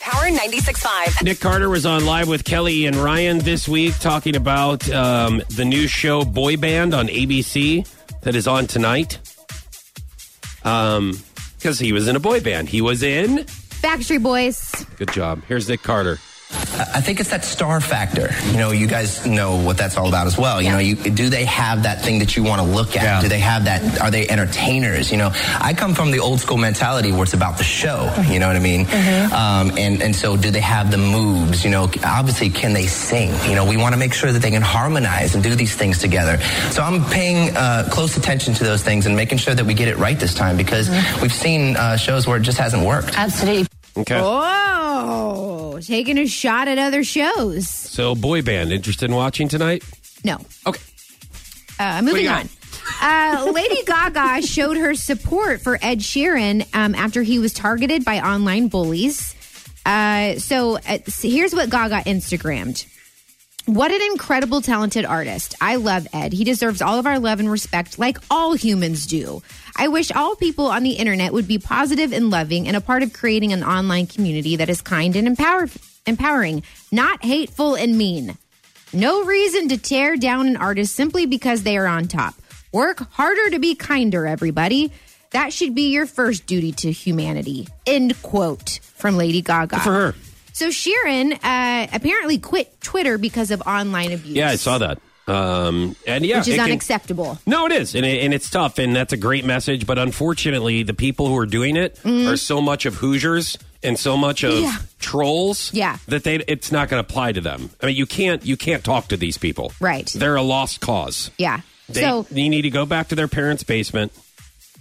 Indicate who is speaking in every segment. Speaker 1: Power 96.5.
Speaker 2: Nick Carter was on live with Kelly and Ryan this week talking about um, the new show Boy Band on ABC that is on tonight. Um, because he was in a boy band. He was in.
Speaker 3: Backstreet Boys.
Speaker 2: Good job. Here's Nick Carter.
Speaker 4: I think it's that star factor. You know, you guys know what that's all about as well. You know, you, do they have that thing that you want to look at? Do they have that? Are they entertainers? You know, I come from the old school mentality where it's about the show. You know what I mean? Um, and and so, do they have the moves? You know, obviously, can they sing? You know, we want to make sure that they can harmonize and do these things together. So I'm paying uh, close attention to those things and making sure that we get it right this time because we've seen uh, shows where it just hasn't worked.
Speaker 5: Absolutely.
Speaker 2: Okay.
Speaker 3: Oh, taking a shot at other shows.
Speaker 2: So boy band. Interested in watching tonight?
Speaker 3: No.
Speaker 2: Okay.
Speaker 3: Uh,
Speaker 2: What do
Speaker 3: moving
Speaker 2: you
Speaker 3: on.
Speaker 2: got?
Speaker 3: Uh, Lady Gaga showed her support for Ed Sheeran um, after he was targeted by online bullies. Uh, so uh, s- here's what Gaga Instagrammed. What an incredible, talented artist. I love Ed. He deserves all of our love and respect, like all humans do. I wish all people on the internet would be positive and loving and a part of creating an online community that is kind and empower- empowering, not hateful and mean. No reason to tear down an artist simply because they are on top. Work harder to be kinder, everybody. That should be your first duty to humanity. End quote from Lady Gaga.
Speaker 2: For her.
Speaker 3: So Sharon uh, apparently quit Twitter because of online abuse.
Speaker 2: Yeah, I saw that. Um, and yeah,
Speaker 3: Which is
Speaker 2: it can-
Speaker 3: unacceptable.
Speaker 2: No, it is, and, it, and it's tough, and that's a great message. But unfortunately, the people who are doing it are so much of Hoosiers and so much of
Speaker 3: Mm-hmm. Yeah.
Speaker 2: trolls,
Speaker 3: Yeah.
Speaker 2: that they it's not going to apply to them. I mean, you can't you can't talk to these people,
Speaker 3: Right.
Speaker 2: They're a lost cause.
Speaker 3: Yeah.
Speaker 2: They,
Speaker 3: so,
Speaker 2: they need to go back to their parents' basement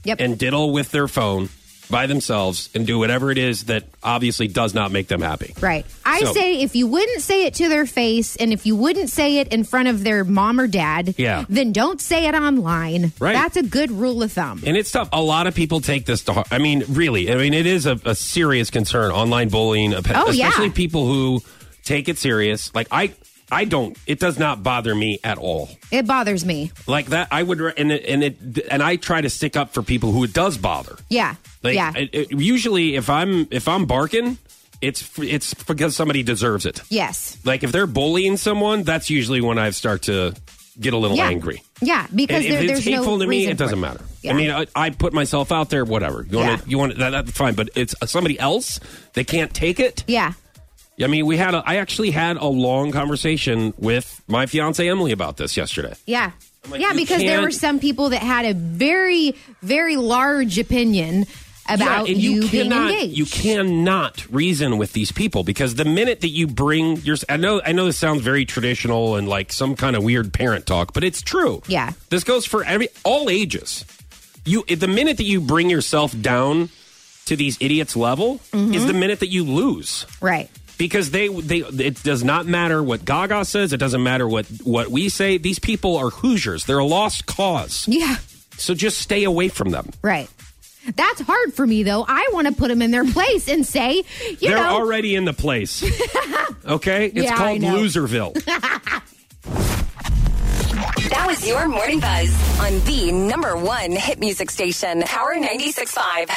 Speaker 3: yep.
Speaker 2: and diddle with their phone by themselves and do whatever it is that obviously does not make them happy.
Speaker 3: right. I
Speaker 2: So-
Speaker 3: say if you wouldn't say it to their face and if you wouldn't say it in front of their mom or dad,
Speaker 2: Yeah.
Speaker 3: then don't say it online.
Speaker 2: Right.
Speaker 3: That's a good rule of thumb.
Speaker 2: And it's tough. A lot of people take this to heart. I mean, really. I mean, it is a, a serious concern. Online bullying, ap-
Speaker 3: Oh, yeah.
Speaker 2: especially people who take it serious. Like I, I don't. It does not bother me at all.
Speaker 3: It bothers me.
Speaker 2: Like that, I would. re- And it, and it and I try to stick up for people who it does bother.
Speaker 3: Yeah.
Speaker 2: Like,
Speaker 3: yeah.
Speaker 2: it- it- usually, if I'm if I'm barking, it's f- it's because somebody deserves it.
Speaker 3: yes.
Speaker 2: Like if they're bullying someone, that's usually when I start to get a little
Speaker 3: Yeah.
Speaker 2: Oh, angry.
Speaker 3: Yeah. Because
Speaker 2: And
Speaker 3: there,
Speaker 2: if
Speaker 3: there's
Speaker 2: it's hateful
Speaker 3: no
Speaker 2: to me,
Speaker 3: reason
Speaker 2: it
Speaker 3: for
Speaker 2: doesn't matter.
Speaker 3: Yeah.
Speaker 2: I mean, I, I put myself out there, whatever. You want
Speaker 3: Yeah.
Speaker 2: to, you want that, that's fine. But it's uh, somebody else they can't take it.
Speaker 3: yeah.
Speaker 2: I mean, we had, a, I actually had a long conversation with my fiance Emily about this yesterday.
Speaker 3: Yeah.
Speaker 2: like,
Speaker 3: yeah,
Speaker 2: you
Speaker 3: because there were
Speaker 2: can't-
Speaker 3: some people that had a very, very large opinion about
Speaker 2: yeah, and
Speaker 3: you, being
Speaker 2: cannot,
Speaker 3: engaged.
Speaker 2: You cannot reason with these people because the minute that you bring your, I know, I know this sounds very traditional and like some kind of weird parent talk, but it's true.
Speaker 3: Yeah.
Speaker 2: this goes for every all ages. You the minute that you bring yourself down to these idiots level is
Speaker 3: Mm-hmm.
Speaker 2: the minute that you lose
Speaker 3: Right.
Speaker 2: because they they it does not matter what Gaga says. It doesn't matter what what we say. These people are Hoosiers. They're a lost cause.
Speaker 3: Yeah.
Speaker 2: So just stay away from them.
Speaker 3: Right. That's hard for me though. I want to put them in their place and say, you
Speaker 2: They're
Speaker 3: know,
Speaker 2: already in the place. Okay? It's
Speaker 3: Yeah, I
Speaker 2: called
Speaker 3: know.
Speaker 2: Loserville.
Speaker 1: That was your morning buzz on the number one hit music station, Power 96.5.